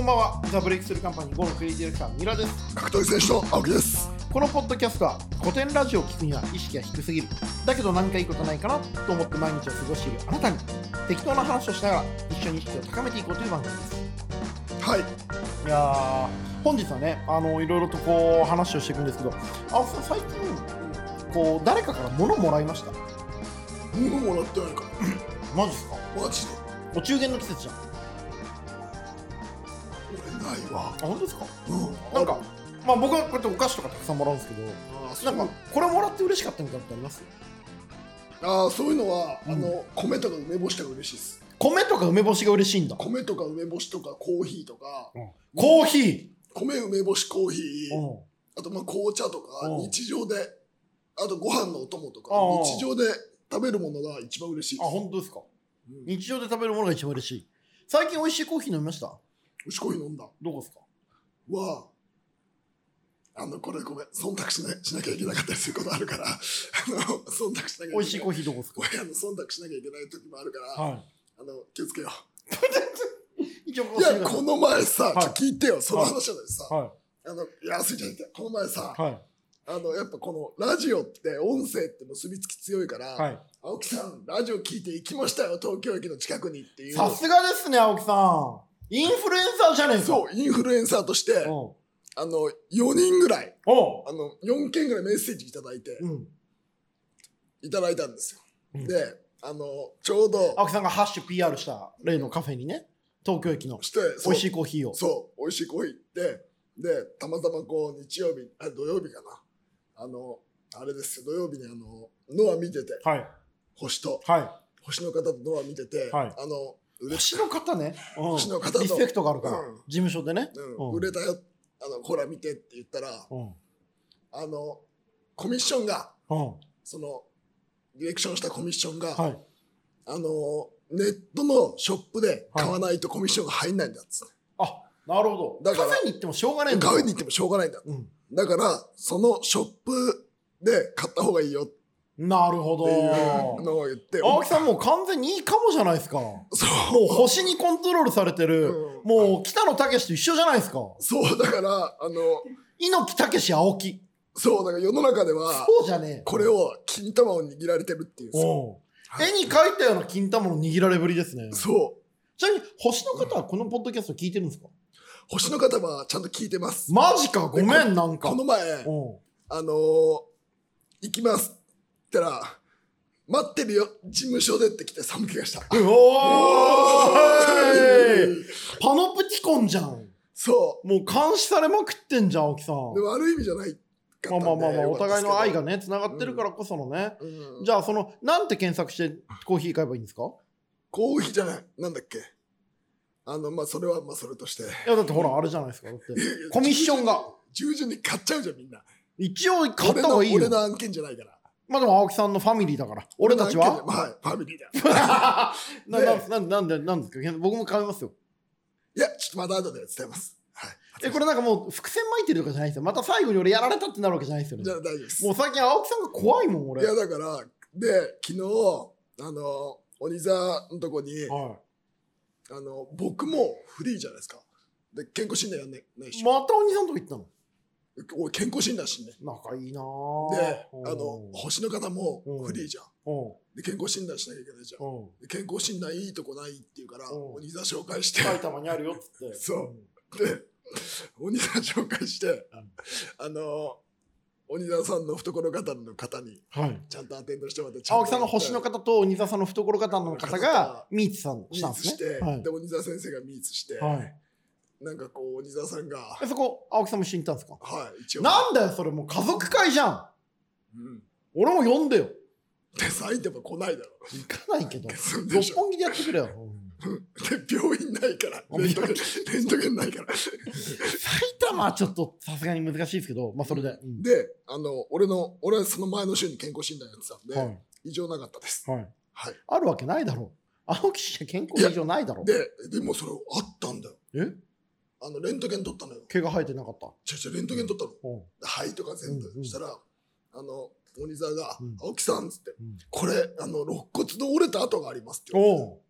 んばんはザ・ブレイクスルーカンパニーゴのクリエイティブディレクターミラです格闘技選手の青木です。このポッドキャストは古典ラジオを聞くには意識が低すぎるだけど何かいいことないかなと思って毎日を過ごしているあなたに適当な話をしながら一緒に意識を高めていこうという番組ですはい。いやー本日はねあのいろいろとこう話をしていくんですけど青木さん最近こう誰かから物もらいました物もらってないか。マジっすかマジで。お中元の季節じゃんあ俺ないわ。本当ですかうん。なんかまあ僕はこうやってお菓子とかたくさんもらうんですけどあー、そなうんかこれもらって嬉しかったみたいなのってありますあーそういうのは、うんあの米とか梅干しとか嬉しいです。米とか梅干しが嬉しいんだ米とか梅干しとかコーヒーとか、コーヒ米梅干しコーヒー、ー、あとまあ紅茶とかうん日常で、あとご飯のお供とかあー日常で食べるものが一番嬉しいであす。本当ですかうん美日常で食べるものが一番嬉しい最近美味しいコーヒー飲みました味しいコーヒー飲んだ。どこですかは、あの、これごめん、忖度しなしなきゃいけなかったりすることあるから、あの、忖度しなきゃいけない。美味しいコーヒーどこですかこれあの忖度しなきゃいけない時もあるから、はあの気をつけよい一応こう。いや、この前さ、はいちょ聞いてよ、その話じゃないさ、はあの、いや、すいちゃんこの前さい、はいあの、やっぱこのラジオって音声って結びつき強いから、はい青木さん、ラジオ聞いて行きましたよ、東京駅の近くにっていう。さすがですね青木さんインフルエンサーじゃねえかそう、インフルエンサーとして、うんあの、4人ぐらい、おあの、4件ぐらいメッセージいただいてう、うんいただいたんですよ。うんで、あの、ちょうど、青木さんがハッシュ PR した例のカフェにね東京駅のして、美そう味しいコーヒーをそう、美味しいコーヒー行って、で、たまたまこう、日曜日、あ、土曜日かな。あの、あれですよ、土曜日にあの、ノア見てて、はい星と、は星の方とノア見てて、はいあの、売いれた、星の方ねうん星の方とリスペクトがあるからうん事務所でねうん、うん売れたよ、あの、ほら見てって言ったら、うんあの、コミッションが、うんその、ディレクションしたコミッションが、はいあの、ネットのショップで買わないとコミッションが入んないんだっつって。あなるほどだからカフェに行ってもしょうがないんだ買いに行ってもしょうがないんだ。うんだから、そのショップで買った方がいいよってなるほいうどのを言って、青木さんもう完全にいいかもじゃないですかもそうう星にコントロールされてる、うんもう北野武と一緒じゃないですかそうだからあの猪木武青木そうだから世の中ではそうじゃねえこれを金玉を握られてるっていうさおうはい絵に描いたような金玉の握られぶりですねそうちなみに星の方はこのポッドキャスト聞いてるんですか星の方はちゃんと聞いてますマジかごめんなんかこの前おうあのー行きますって言ったら待ってるよ事務所でって来て寒気がしたうおーいうんパノプティコンじゃん そもう監視されまくってんじゃん青木さんうでも悪い意味じゃないかったんまあでまあまあまあ、お互いの愛がね、ね、つながってるからこそのね。うんじゃあ、その、なんて検索してコーヒー買えばいいんですかコーヒーじゃないなんだっけあのまあそれはまあそれとしていや、だってほら、あれじゃないですか。だって、コミッションが。従順に買っちゃうじゃんみんな一応買った方がいい俺の俺よ。の案件じゃないからまあでも、青木さんのファミリーだから。俺たち俺はの案件じゃないまあファミリーだなね ななんなんで、なんですか僕も買いますよ。いやちょっとまだ後で伝えますはいえ、これなんかもう、伏線巻いてるとかじゃないですよ。また最後に俺やられたってなるわけじゃないですよじゃねあ。大丈夫ですもう最近、青木さんが怖いもん、い俺。やはい。だからで昨日あの鬼座のとこにあの僕もフリーじゃないですかで健康診断やんねないし、またお兄さんとこ行ったの俺健康診断しんね仲いいなでぁ。あの星の方もフリーじゃんうん、で健康診断しなきゃいけないじゃんうん、う ん。で健康診断いいとこないって言うからうん鬼座紹介して 埼玉にあるよっつって。そうで、鬼沢紹介して、あの、鬼沢さんの懐方の方に、うん。はい。ちゃんとアテンドしてもらって、ちゃと青木さんの星の方と鬼沢さんの懐方の方がミーツさんミしたーんでツしすて、ね。はいで、鬼沢先生がミーツして、はい。なんかこう、鬼沢さんが、はでそこ、青木さんも一緒に行ったんですかい、一応。なんだよ、それもう家族会じゃんうん俺も呼んでよで、埼玉来ないだろ。行かないけど。住んでるでし六ょ本木でやってくれよ。で、病院ないから、レントゲン、レントゲンない から。埼玉はちょっとさすがに難しいですけど、まあそれで。うんで、あの、俺の、俺はその前の週に健康診断やってたんで、はい。異常なかったです。はい。はい。あるわけないだろう。青木氏は健康異常ないだろう。で、でもそれあったんだよ。えあの、レントゲン取ったのよ。毛が生えてなかった。ちょちょ、レントゲン取ったの。うんはいとか全部、うんうんしたらあの鬼沢がうん「青木さん」っつって、うんこれあの肋骨の折れた跡があります」って言われて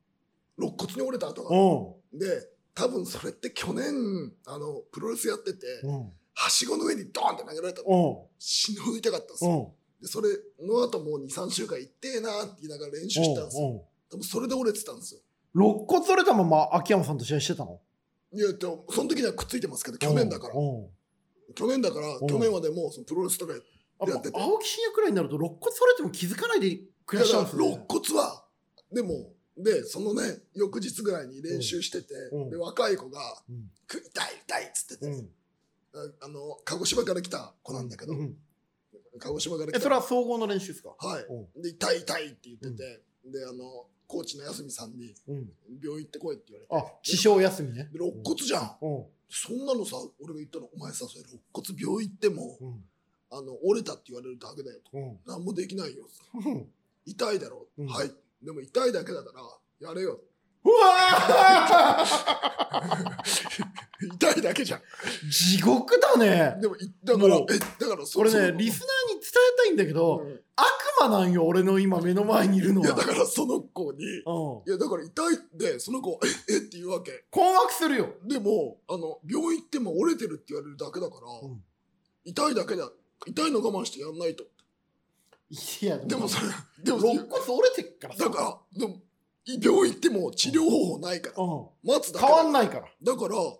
おう肋骨に折れた跡があるおうで多分それって去年、あの、プロレスやってて、うん。はしごの上にドーンって投げられたの。お死ぬほど痛かったんですうよ。ん。で、それの後もう2、3週間行ってえなーって言いながら練習してたんですよ。うん。多分それで折れてたんですよ。肋骨折れたまま秋山さんと試合してたのいや、でもその時にはくっついてますけど、去年だからう。んうん去年だから、うん去年はでもうそのプロレスとかやっやっぱやってて青木真也くらいになると肋骨折れても気づかないでクリアしちゃうんです肋ね。骨は、でも、で、そのね、翌日ぐらいに練習してて、うんで、若い子が、うんく痛い痛いっつってて、うんああの、鹿児島から来た子なんだけど、うん鹿児島から来えた。それは総合の練習ですかはい。うんで、痛い痛いって言ってて、で、あの、コーチの休みさんに、うん病院行ってこいって言われて、あ師匠休みねで肋骨じゃん。うんそんなのさ、俺が言ったの、お前さ、それ肋骨病院行っても、うんあの、折れたって言われるだけだよと。うんなんもできないよ。うん痛いだろ、うんはいでも痛いだけだからやれようわー痛いだけじゃん地獄だねでもいだからもうえだからそこれそのねリスナーに伝えたいんだけど、うん悪魔なんよ俺の今目の前にいるのいはやだからその子にいうん、やだから痛いってその子ええって言うわけ困惑するよでもあの病院行っても折れてるって言われるだけだから、うん痛いだけだ痛いの我慢してやんないといやでもそれでも肋骨折れてっからだからでも病院行っても治療方法ないから、うん、待つだけ変わんないからだからあの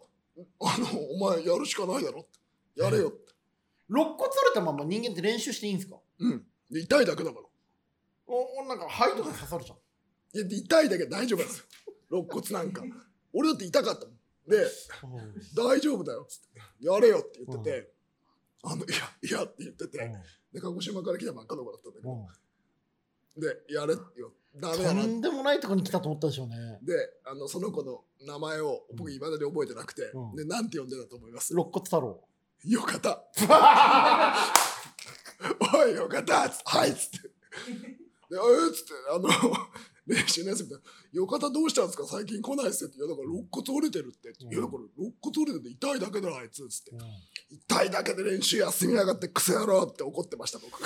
お前やるしかないだろ やれよって肋骨折れたまま人間って練習していいんですかうん。で痛いだけだから。おおなんか肺とか刺さるじゃんいや、で痛いだけ大丈夫なんですよ。肋骨なんか。俺だって痛かったもん。で、大丈夫だよっつって。やれよって言ってて、あの、いや、いやって言ってて、で、鹿児島から来たばっかの子だったんだけど、で、やれよ。ダメだとな。んでもないとこに来たと思ったでしょうねで、あの、その子の名前を僕、いまだに覚えてなくて、うんで、なんて呼んでたと思います。肋骨太郎よかった。おい、よかったっつはいっつって。で、えーっつって、あの、 練習のやつみたいな。よかったどうしたんですか最近来ないっすよって。いや、だから肋骨折れてるって。うんいや、だから肋骨折れてて痛いだけだ、あいつ。つって。痛いだけで練習休みやがってクソ野郎って怒ってました、僕。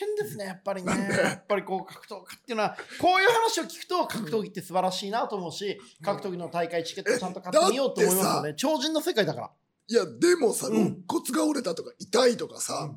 変ですねやっぱりねやっぱりこう格闘家っていうのはこういう話を聞くと格闘技って素晴らしいなと思うし格闘技の大会チケットちゃんと買ってみようと思いますよね超人の世界だからいや、でもさ、うん肋骨が折れたとか痛いとかさ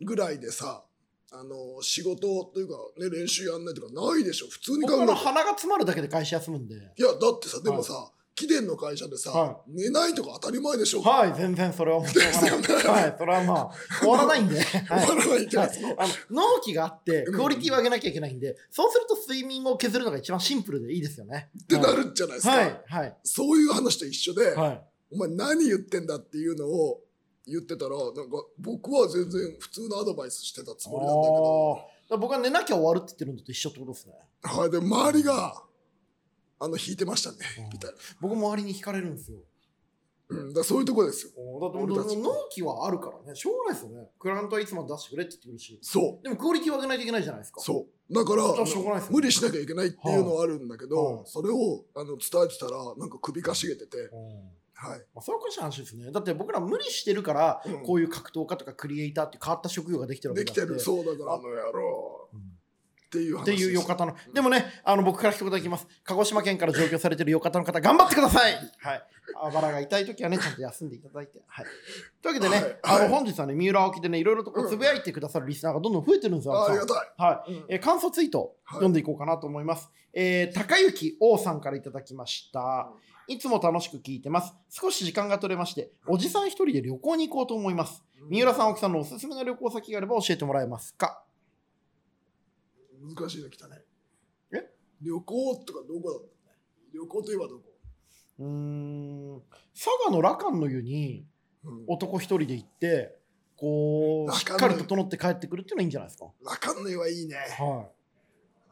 う、ぐらいでさ、あの、仕事というか、ね、練習やんないとかないでしょ。普通に考僕えのて。鼻が詰まるだけで会社休むんでいや、だってさ、でもさ、貴殿の会社でさ、は寝ないとか当たり前でしょ。はい全然それはもう しょうが ないはいそれはまあ終わらないんではい 終わらないじゃはんい。あの納期があってうんクオリティを上げなきゃいけないんで、そうすると睡眠を削るのが一番シンプルでいいですよね。ってなるんじゃないですか、はいはいそういう話と一緒で、はい。お前何言ってんだっていうのを言ってたらなんか僕は全然普通のアドバイスしてたつもりなんだけあどー僕は寝なきゃ終わるって言ってるのと一緒ってことですね。はい、で周りがあの引いてましたねうんみたいな、僕周りに惹かれるんですよ。うん、だからそういうとこですよだって俺たち納期はあるからね、しょうがないですよね。クライアントはいつも出してくれって言ってくるし、そうでもクオリティを上げないといけないじゃないですか。そうだからじゃあしょうがないですね無理しなきゃいけないっていうのはあるんだけど、はいはいそれをあの伝えてたらなんか首かしげてて、うんはいまあ、それはおかしい話ですね。だって僕ら無理してるから、うんこういう格闘家とかクリエイターって変わった職業ができてるわけでだきてるそうだからあの野郎っていう話っていうよですかたの、でもね、あの僕から聞くことができます。鹿児島県から上京されてるよかたの方、頑張ってください。はい、あばらが痛い時は ね、ちゃんと休んでいただいて。はい、というわけでね、はいあの本日はね、三浦青木でね、いろいろとこうつぶやいてくださるリスナーがどんどん増えてるんですよ。ああ青り木さがんたはいい、うんえー感想ツイート、読んでいこうかなと思います。えー、高幸王さんからいただきました。いつも楽しく聞いてます。少し時間が取れまして、おじさん一人で旅行に行こうと思います。三浦さん、青木さんのおすすめの旅行先があれば教えてもらえますか難しいの来たね。え旅行とかどこだったね。旅行といえばどこ、うーん佐賀の羅漢の湯にうん、男一人で行ってこう羅しっ漢かり整って帰ってくるっていうのはいいんじゃないですかラカンヌイはいいね。はい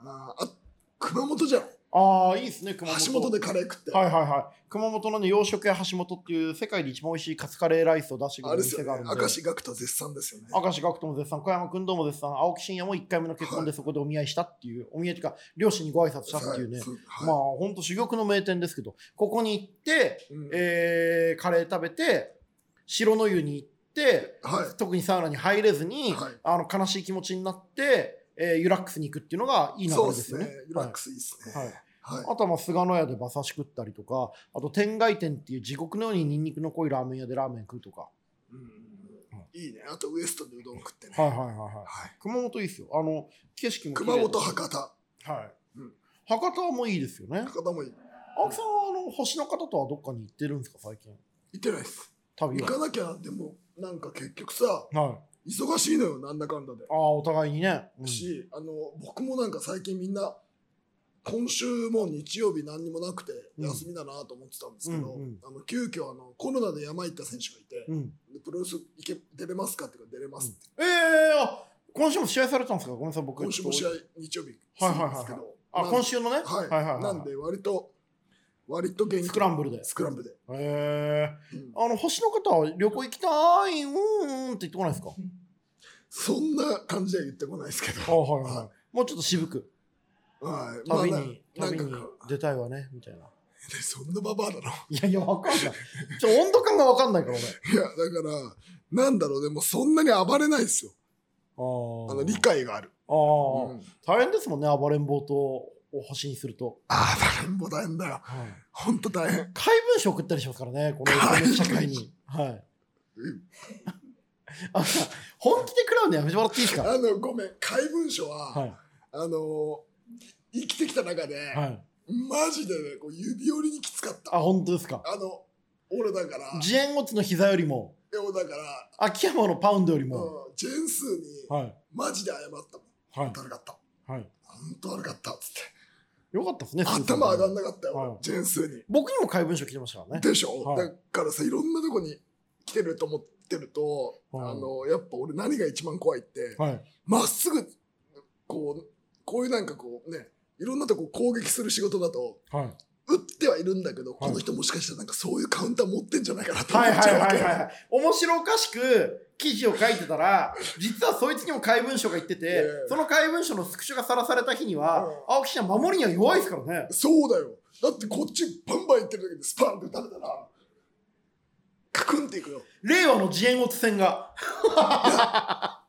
あーあ熊本じゃん。ああいいですね熊本橋本でカレー食って。はいはいはい熊本のね洋食屋橋本っていう世界で一番美味しいカツカレーライスを出してくれあるれです店よがあるねん。で明石学徒絶賛ですよね。明石学徒も絶賛小山君どうも絶賛青木真也も1回目の結婚でそこでお見合いしたっていう、お見合いというか両親にご挨拶したっていうね、そうはいまあほんと珠玉の名店ですけどここに行って、うんえーカレー食べて白の湯に行ってはい。特にサウナに入れずに、はいあの悲しい気持ちになって、えーユラックスに行くっていうのがいい流れそうでですすよねね。リラックスいいですね。はいはいはいあとはまあ菅野屋で馬刺し食ったりとかあと天外店っていう地獄のようにニンニクの濃いラーメン屋でラーメン食うとかうんいいねあとウエストでうどん食ってね、はいはいはいはいはい熊本いいですよあの景色も綺麗熊本博多はい、うん博多もいいですよね博多もいい青木さんはあの星の方とはどっかに行ってるんですか最近行ってないです旅行はかなきゃでもなんか結局さはい忙しいのよなんだかんだでああお互いにね、うんし、あの僕もなんか最近みんな今週も日曜日何にもなくてうん休みだなと思ってたんですけど、うんうんあの急遽あのコロナで山行った選手がいて、うんでプロレス行け出れますかって言うから出れますって、ええあ今週も試合されたんですかごめんなさい僕今週も試合日曜日するんですけど、あなん今週のねはい、なんで割と割と元気スクランブルでスクランブルで、えうんー、あの星の方は旅行行きたいうーんって言ってこないですかそんな感じでは言ってこないですけど、あはいはもうちょっと渋くはいまあ旅なに、なん旅かに出たいわねみたいなでそんなババアだろいやいやわかんないちょっと温度感がわかんないから俺いや、だから、なんだろう、でもそんなに暴れないですよ。ああの、理解がある。あー、うん大変ですもんね暴れん坊とお星にすると、ああ、暴れん坊大変だよ。ほんと大変。怪文書送ったりしますからねこの怪文書社会にはいうんあのさ本気で食らうのやめてもらっていいですかあの、ごめん、怪文書は、はあのー生きてきた中で、いはいマジでね、こう指折りにきつかった。ああ本当ですかの、俺だから、ジェーン・オッツの膝よりも俺だから、秋山のパウンドよりも、うん、ジェンスーに、はいマジで謝ったもん。はほいんと悪かった。はいほんと悪かった。つって。よかったですね頭上がんないなかったよ、はいジェンスーに。僕にも怪文書来てましたからねでしょ、はいだからさいろんなとこに来てると思ってると、はいあのやっぱ俺何が一番怖いってはいま、っすぐこうこういうなんかこうねいろんなとこ攻撃する仕事だとはい打ってはいるんだけど、この人もしかしたらなんかそういうカウンター持ってんじゃないかなと思っちゃうわけ、い 面白おかしく記事を書いてたら実はそいつにも怪文書が言っててええその怪文書のスクショがさらされた日にはうん青木氏は守りには弱いですからねそうだよだってこっちバンバンいってるだけでスパンって打たれたらカクンっていくよ令和の自演オツ戦が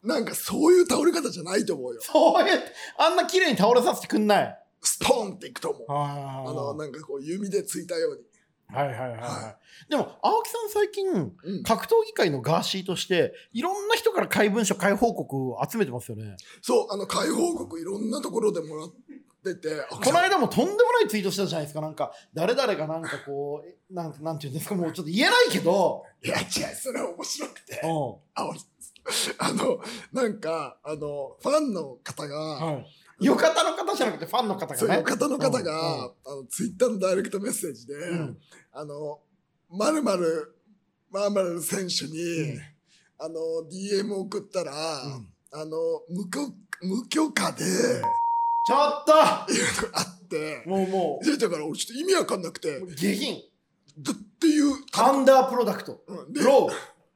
なんかそういう倒れ方じゃないと思うよそういうあんな綺麗に倒れさせてくんないスポンっていくと思うああのなんかこう弓でついたようにはいはいはい、は、はいでも青木さん最近うん格闘技界のガーシーとしていろんな人から怪文書怪報告を集めてますよねそう、あの、解放国いろんなところでもらってて、あこの間もとんでもないツイートしたじゃないですかなんか誰々がなんかこうえなんかなんていうんですかもうちょっと言えないけどいや、違う、それは面白くて。うんあ、俺あの、なんか、あの、ファンの方が、はい、よかたの方じゃなくてファンの方そうがいね。う方の方うんが、あの、ツイッターのダイレクトメッセージで、んあの、まるまる、まるまる選手に、うんあの、DM 送ったら、うんあの、無許、無許可で、ちょっとあって、もうもで、だから俺ちょっと意味わかんなくて、う下品だっていう、アンダープロダクトうんで、ロ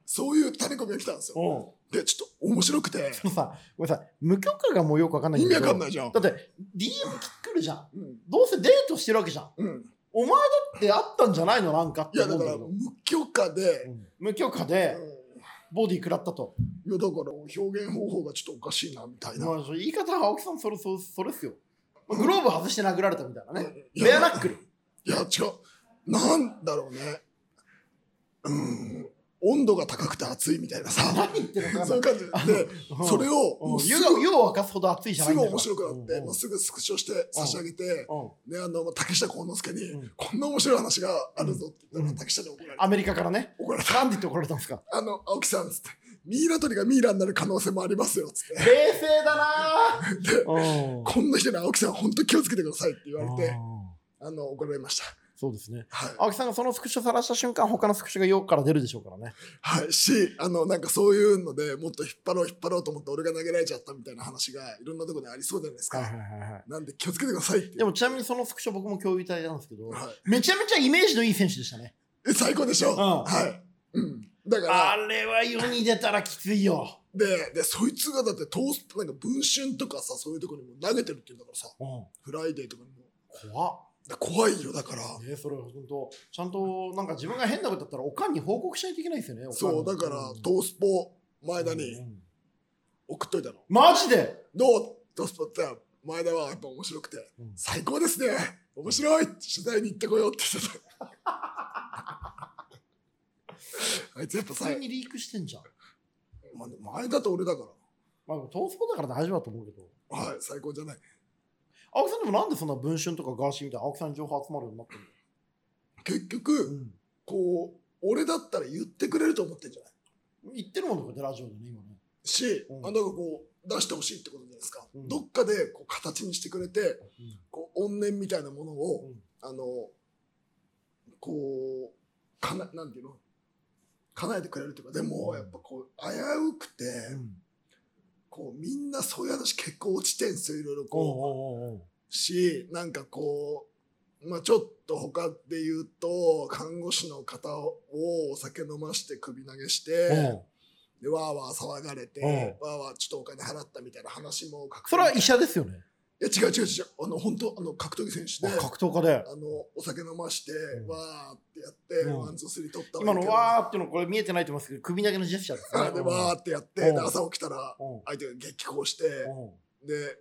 そういうタレコミが来たんですよー。うんで、ちょっと面白くて、そのさごめんなさい無許可がもうよくわかんない意んだ味けどわかんないじゃん。だって DM 来るじゃんうん。どうせデートしてるわけじゃんうん。お前だってあったんじゃないのなんかっいてや、思うだんだかけら、ど無許可で、うん無許可うん、いやで、ボディ食らったと、だから、表現方法がちょっとおかしいな、みたいな。まあ、言い方は青木さんそれそそれっすよまあグローブ外して殴られたみたいなねいベアナや、ックルいや違う。なんだろうね。うん。温度が高くて熱いみたいなさ、何言ってるのかそういなう感じで、うんそれを、うんもうす湯ぐが湯を沸かすほど熱いじゃないすんぐだから面白くなっうて、んもうすぐスクショして差し上げて、うんうんね、あの、竹下幸之助に、うんこんな面白い話があるぞって言ったうんら、竹下に怒られた。アメリカからね怒られた。なんで言って怒られたんです かあの、青木さん、つって、ミイラ取りがミイラになる可能性もありますよ、つって。冷静だなぁこんな人に青木さん、本当気をつけてくださいって言われあてー、あの、怒られました。そうですねはい。青木さんがそのスクショさらした瞬間他のスクショがよくから出るでしょうからねはい。し、あの、なんかそういうのでもっと引っ張ろう、引っ張ろうと思って、俺が投げられちゃったみたいな話が、いろんなところにありそうじゃないですか。いはなんで気をつけてくださいって。でもちなみにそのスクショ僕も共有体なんですけどはい。めちゃめちゃイメージのいい選手でしたねえ最高でしょ、んはい。うん。だからあ、れは世に出たらきついよで、で、そいつがだって、トースト、なんか、文春とかさ、そういうところにも投げてるって言うんだからさ、フライデーとかにも。怖っだ怖いよ、だから。ねそれ本当ちゃんとなんか自分が変なことだったらおかんに報告しないといけないですよねおかんにそう、だから、んトースポ、前田に、うん送っといたの。マジでどうトスポって前田はやっぱ面白くて、うん最高ですね面白いって取材に行ってこようって言 ってた。あいつやっぱ普さ、通にリークしてんじゃん。まあ、でも前だと俺だかまあでも闘争だから大丈夫だと思うけど。ら、はい、最高じゃない。青木さんでもなんでそんな文春とかガーシーみたいな青木さんに情報集まるようになってる結局、の、こう、俺だったら言ってくれると思ってんじゃないうん、言ってるもんだからラジオでね、今ね。し、うんあなんかこう、出してほしいってことじゃないですか。うんどっかでこう形にしてくれて、こう、怨念みたいなものを、うんあの、こう、かな、なんていうの叶えてくれるというか、でも、うんやっぱこう、危うくて、こう、みんなそういう話結構落ちてんすよ、いろいろこう。おうおうおうし、なんかこう、まあちょっと他で言うと、看護師の方をお酒飲まして首投げして、うんで、わーわー騒がれて、うわーわーちょっとお金払ったみたいな話も格闘それは医者ですよね。いや違う違う違う、あの、本当あの、格闘技選手あで、格闘家で。あの、お酒飲まして、んわーってやって、うんワン、ツー、スリー取った今のわわーっていうのこれ見えてないと思うんですけど、首投げのジェスチャーです、けね。どで、わーってやって、うんで朝起きたら、うんうん相手が激高して、で、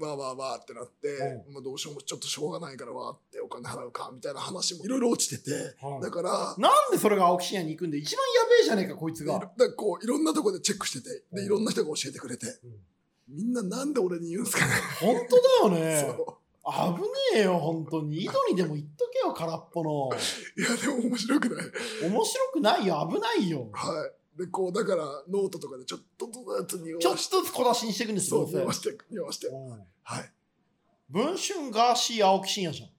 わーわーわーってなって、まあどうしようもちょっとしょうがないからわーってお金払うかみたいな話もいろいろ落ちてて、はいだから、なんでそれが青木真也に行くんで、一番やべえじゃねえか、こいついろが。だからこういろんなとこでチェックしてて、うでんいろんな人が教えてくれて、うんみんななんで俺に言うんですかね。本当だよね。 そ危ねえよ、本当に。井戸にでも言っとけよ、空っぽの。ういや、でも面白くない。面白くないよ、危ないよ。はい。で、こう、だから、ノートとかでちょっとずつ匂ちょっわとしずつ小出しにしていくんでて、すそよ、う、ど匂うわせして、匂わして。うんはい。文春ガーシー青木真也じゃん。い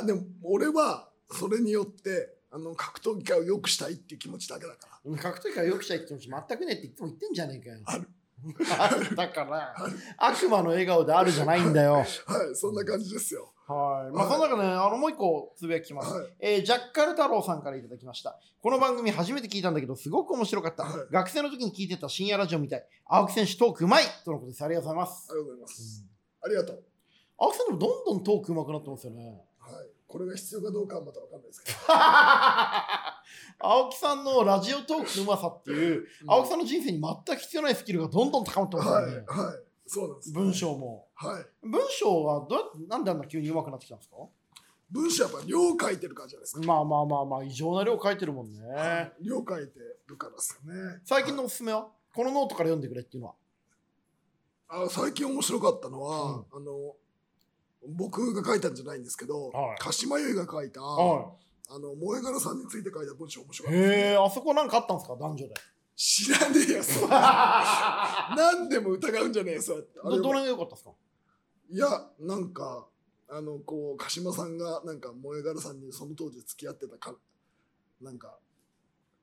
や、でも、俺は、それによって、あの、格闘技界を良くしたいっていう気持ちだけだから。うん格闘技からよくしたいって気持ち全くねえっていつも言ってんじゃねえかよ。ある だからある、悪魔の笑顔であるじゃないんだよ。はい、そんな感じですよ。はい。まあ、その中でね、あの、もう一個つぶやきます。はい。えージャッカル太郎さんからいただきました。この番組初めて聞いたんだけど、すごく面白かった。はい学生の時に聞いてた深夜ラジオみたい。青木選手トークうまいとのことです。ありがとうございますあ。りがとうございます。ありがとう。青木さんでもどんどんトークうまくなってますよ ね。はい。これが必要かどうかはまたわかんないですけど。青木さんのラジオトークのうまさっていう、青木さんの人生に全く必要ないスキルがどんどん高まってますはよい、ね。はい。そうなんです。文。章も。はい。文章はどうやって、なんであんな急にうまくなってきたんですか文章やっぱ量書いてるからじゃないですか。まあまあまあまあ、異常な量書いてるもんね。量書いてるからですよね。最近のおすすめはこのノートから読んでくれっていうのは。あ最近面白かったのは、あの、僕が書いたんじゃないんですけど、はい鹿島由衣が書いた、はい。あの、萌え柄さんについて書いた文章面白かったですね。へえ、あそこなんかあったんですか、男 女で。知らねえよ、そんな何でも疑うんじゃねえよ、そうやって。あど、れはどの辺が良かったですか。いや、なんか、あの、こう、鹿島さんが、なんか、萌え柄さんにその当時付き合ってたか、なんか、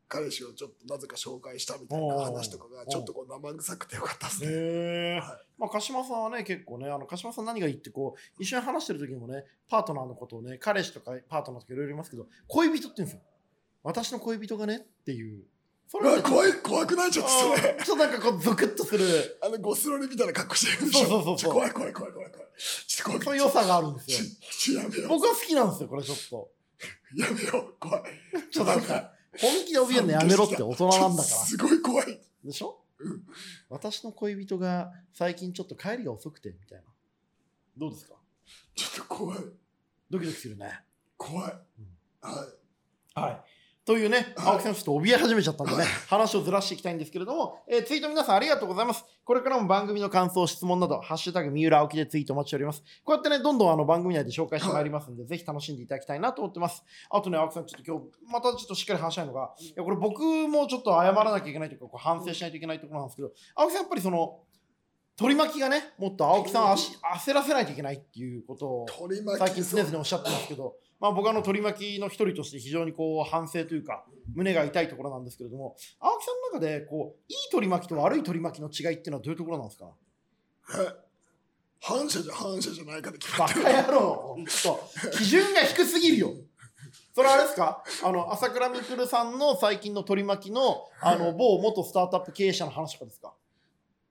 彼氏をちょっとなぜか紹介したみたいな話とかが、おうおうちょっとこう、生臭くてよかったですね。へえはまあ、鹿島さんはね、結構ね、あの鹿島さん何がいいって、こう、一緒に話してる時にもね、パートナーのことをね、彼氏とかパートナーとかいろいろ言いますけど。恋人って言うんですよ。私の恋人がねっていう。それうはわ、怖い、怖くないちょっとそれ。あーちょっとなんかこう、ゾクッとする。あの、ゴスロリみたいな格好してるでしそょ。うそうそうそうちょ怖い、怖い、怖い、怖い、怖い。ちょっとそ怖うい。いう良さがあるんですちよ。ちやめよ僕は好きなんですよ、これちょっと。う。やめよう、怖い。ちょっとなんか、本気で怯えるのやめろって大人なんだちかょら。っとすごい怖い。でしょ、うん私の恋人が最近ちょっと帰りが遅くてみたいな。どうですかちょっと怖い、ドキドキするね。怖い。うんはい。はい。という ね、はい青木さんちょっと怯え始めちゃったん でね、話をずらしていきたいんですけれども、えーツイート皆さんありがとうございます。これからも番組の感想、質問など、ハッシュタグ三浦青木でツイートお待ちしております。こうやってね、どんどんあの番組内で紹介してまいりますんで、ぜひ楽しんでいただきたいなと思ってます。あとね、青木さん、ちょっと今日、またちょっとしっかり話したいのが、いやこれ僕もちょっと謝らなきゃいけないというか、こう反省しないといけないところなんですけど、青木さんやっぱりその、取り巻きがね、もっと青木さんを足焦らせないといけないっていうことを。取り巻最近き。常々おっしゃってますけど、まあ、僕はあの取り巻きの一人として非常にこう反省というか胸が痛いところなんですけれども青木さんの中でこういい取り巻きと悪い取り巻きの違いっていうのはどういうところなんですかえ反射じゃ反射じゃないかって決バまってる。カ野郎本当基準が低すぎるよそれあれですかあの朝倉未来さんの最近の取り巻きのあの某元スタートアップ経営者の話とかですか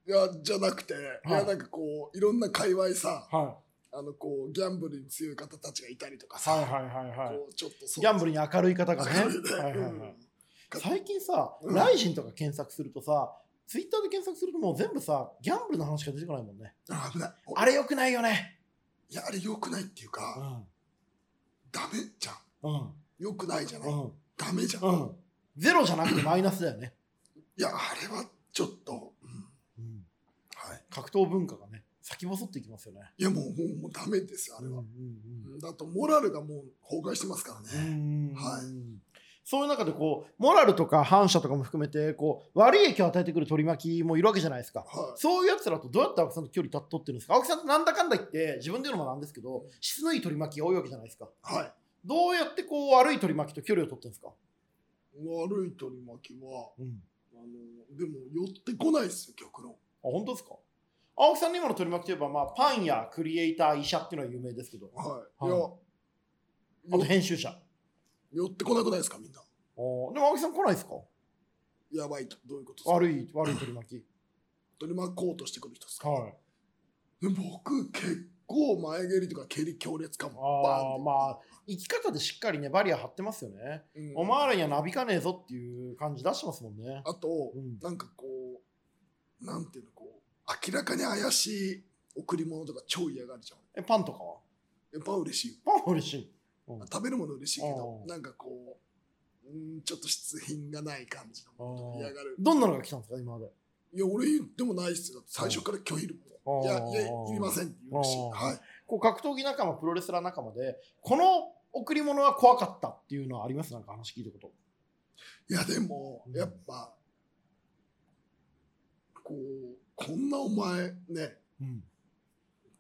いや、じゃなくて、い、や、なんかこう、いろんな界隈さ、はいあの、こう、ギャンブルに強い方たちがいたりとかさ、はいはいはいはいこう、ちょっとそう。ギャンブルに明るい方がね明るいねはいはいはい最近さ、うんライジンとか検索するとさ、ツイッターで検索するともう全部さ、ギャンブルの話しか出てこないもんね。あ危ない。あれ良くないよね。いや、あれ良くないっていううか、んダメじゃん。うん良くないじゃない。うんダメじゃん。うんゼロじゃなくてマイナスだよね、いや、あれはちょっと、うんうんはい。格闘文化がね先細っていきますよねいや、もう、もう、もうダメですよ、あれは。だと、モラルがもう崩壊してますからね。はいそういう中でこうモラルとか反射とかも含めてこう悪い影響を与えてくる取り巻きもいるわけじゃないですかはい。そういうやつらとどうやって青木さんと距離立っとってるんですか青木さんってなんだかんだ言って自分で言うのもなんですけど質のいい取り巻きが多いわけじゃないですかはい。どうやってこう悪い取り巻きと距離を取ってるんですか、悪い取り巻きは、うん、あの、でも、寄ってこないですよ、極論。あ本当ですか青木さんの今の取り巻きといえば、まあ、パン屋クリエイター医者っていうのは有名ですけどはい。はいいや、あと編集者寄ってこなくないですか、みんな。おーでも青木さん来ないですかやばいと、どういうことですか悪い悪い取り巻き取り巻こうとしてくる人ですか、はいで僕、結構前蹴りとか蹴り強烈かも。ああバーンってまあ生き方でしっかりねバリア張ってますよね、うんお前らにはなびかねえぞっていう感じ出してますもんねあと、うんなんかこう、なんていうの、こう、明らかに怪しい贈り物とか超嫌がるじゃん。えパンとかはやっぱ嬉しい。パンは嬉しい食べるもの嬉しいけどう、んなんかこう、うんちょっと質品がない感じのものとかあー嫌がる。どんなのが来たんですか今までいや、俺でもないっすよ。だって最初から拒否るもん。いや、うんいや、いりませんって言うし。うんはい。こう格闘技仲間プロレスラー仲間でこの贈り物は怖かったっていうのはありますなんか話聞いたこといや、でもう、んやっぱ、こう、こんなお前ね、うん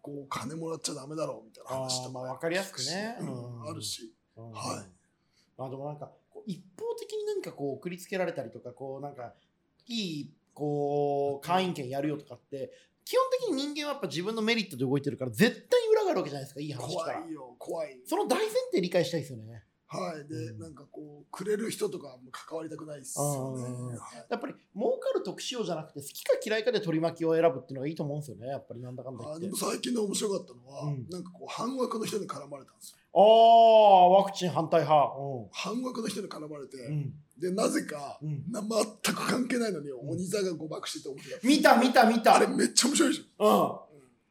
こう、金もらっちゃダメだろうみたいな話とかあーまあわかりやすくねうんうんあるし。は。はいまあでもなんかこう一方的に何かこう送りつけられたりとかこうなんかいいこう会員権やるよとかって基本的に人間はやっぱ自分のメリットで動いてるから絶対に裏があるわけじゃないですかいい話来たら怖いよ、怖いよ。その大前提理解したいですよねはい、で、うんなんかこう、くれる人とかも関わりたくないっすよね。うんはいやっぱり儲かる得しようじゃなくて好きか嫌いかで取り巻きを選ぶっていうのがいいと思うんですよねやっぱりなんだかんだ言あっでても最近の面白かったのは、うんなんかこう、半枠の人に絡まれたんですよ。ああワクチン反対派半枠の人に絡まれて、うん、うんで、なぜか、うんな全く関係ないのに、ん鬼座が誤爆してて面白い。見た見た見たあれめっちゃ面白いでしうんょ。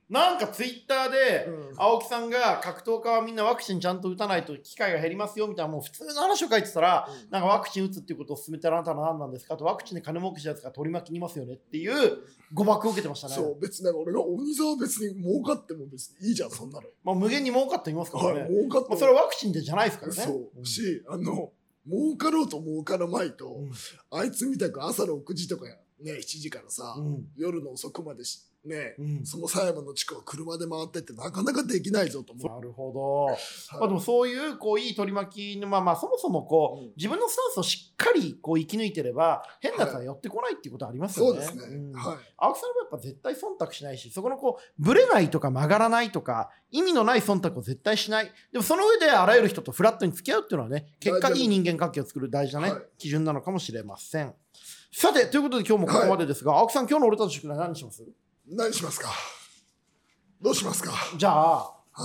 なんかツイッターで、うん青木さんが格闘家はみんなワクチンちゃんと打たないと機会が減りますよみたいなもう普通の話を書いてたら、うんなんかワクチン打つっていうことを勧めてるあなたは何なんですかとワクチンで金儲けしたやつが取り巻きにいますよねっていう誤爆を受けてましたねそう、別になんか俺が鬼座は別に儲かっても別にいいじゃん、そんなの。まあ、無限に儲かっていますからね、はい、儲かっまても。あ、それはワクチンでじゃないですからねそう、うんし、あの、儲かろうと儲からまいと、うんあいつみたく朝6時とかね、7時からさ、うん夜の遅くまでし、ね、うんその狭山の地区を車で回ってってなかなかできないぞと思なるほどう。まあ、でもそういうこういい取り巻きのまあまあそもそもこう、うん自分のスタンスをしっかりこう生き抜いてれば変なやつは寄ってこないっていうことはありますそようね。ですね。うんはい。青木さんもやっぱ絶対忖度しないしそこのこうブレないとか曲がらないとか意味のない忖度を絶対しないでもその上であらゆる人とフラットに付き合うっていうのはね結果大事いい人間関係を作る大事なね、はい基準なのかもしれませんさてということで今日もここまでですが、青木さん今日の俺たちの宿題何にします何しますかどうしますかじゃあ、はい。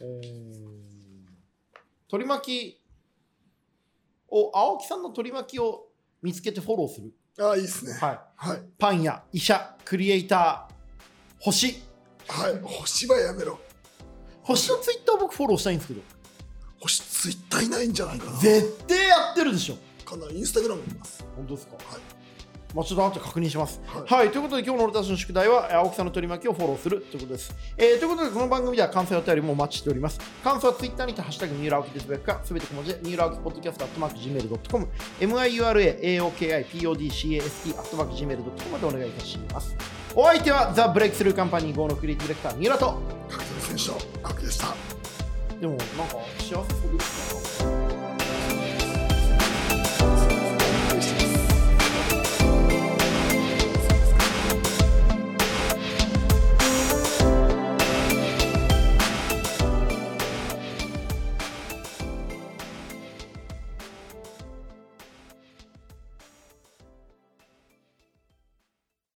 えー、取り巻きを青木さんの取り巻きを見つけてフォローするああ、いいですね。はいはい。パン屋医者クリエイター星はい。星はやめろ。星のツイッター僕フォローしたいんですけど星ツイッターいないんじゃないかな。絶対やってるでしょかなりインスタグラムいます。本当ですかはい。まあ、ちょっと後で確認します。はいはい、ということで今日の俺たちの宿題はえー青木さんの取り巻きをフォローするということです。えーということでこの番組では感想やお便りもお待ちしております。感想はツイッターにて「ハッシュタグ三浦青木ですべきか」すべて小文字で三浦青木ポッドキャストアットマーク Gmail.com miuraaokipodcast アットマーク Gmail.com までお願いいたします。お相手はザ・ブレイクスルーカンパニー GO のクリエイティブディレクター三浦と角田選手の悪でした。でもなんか幸せそうですね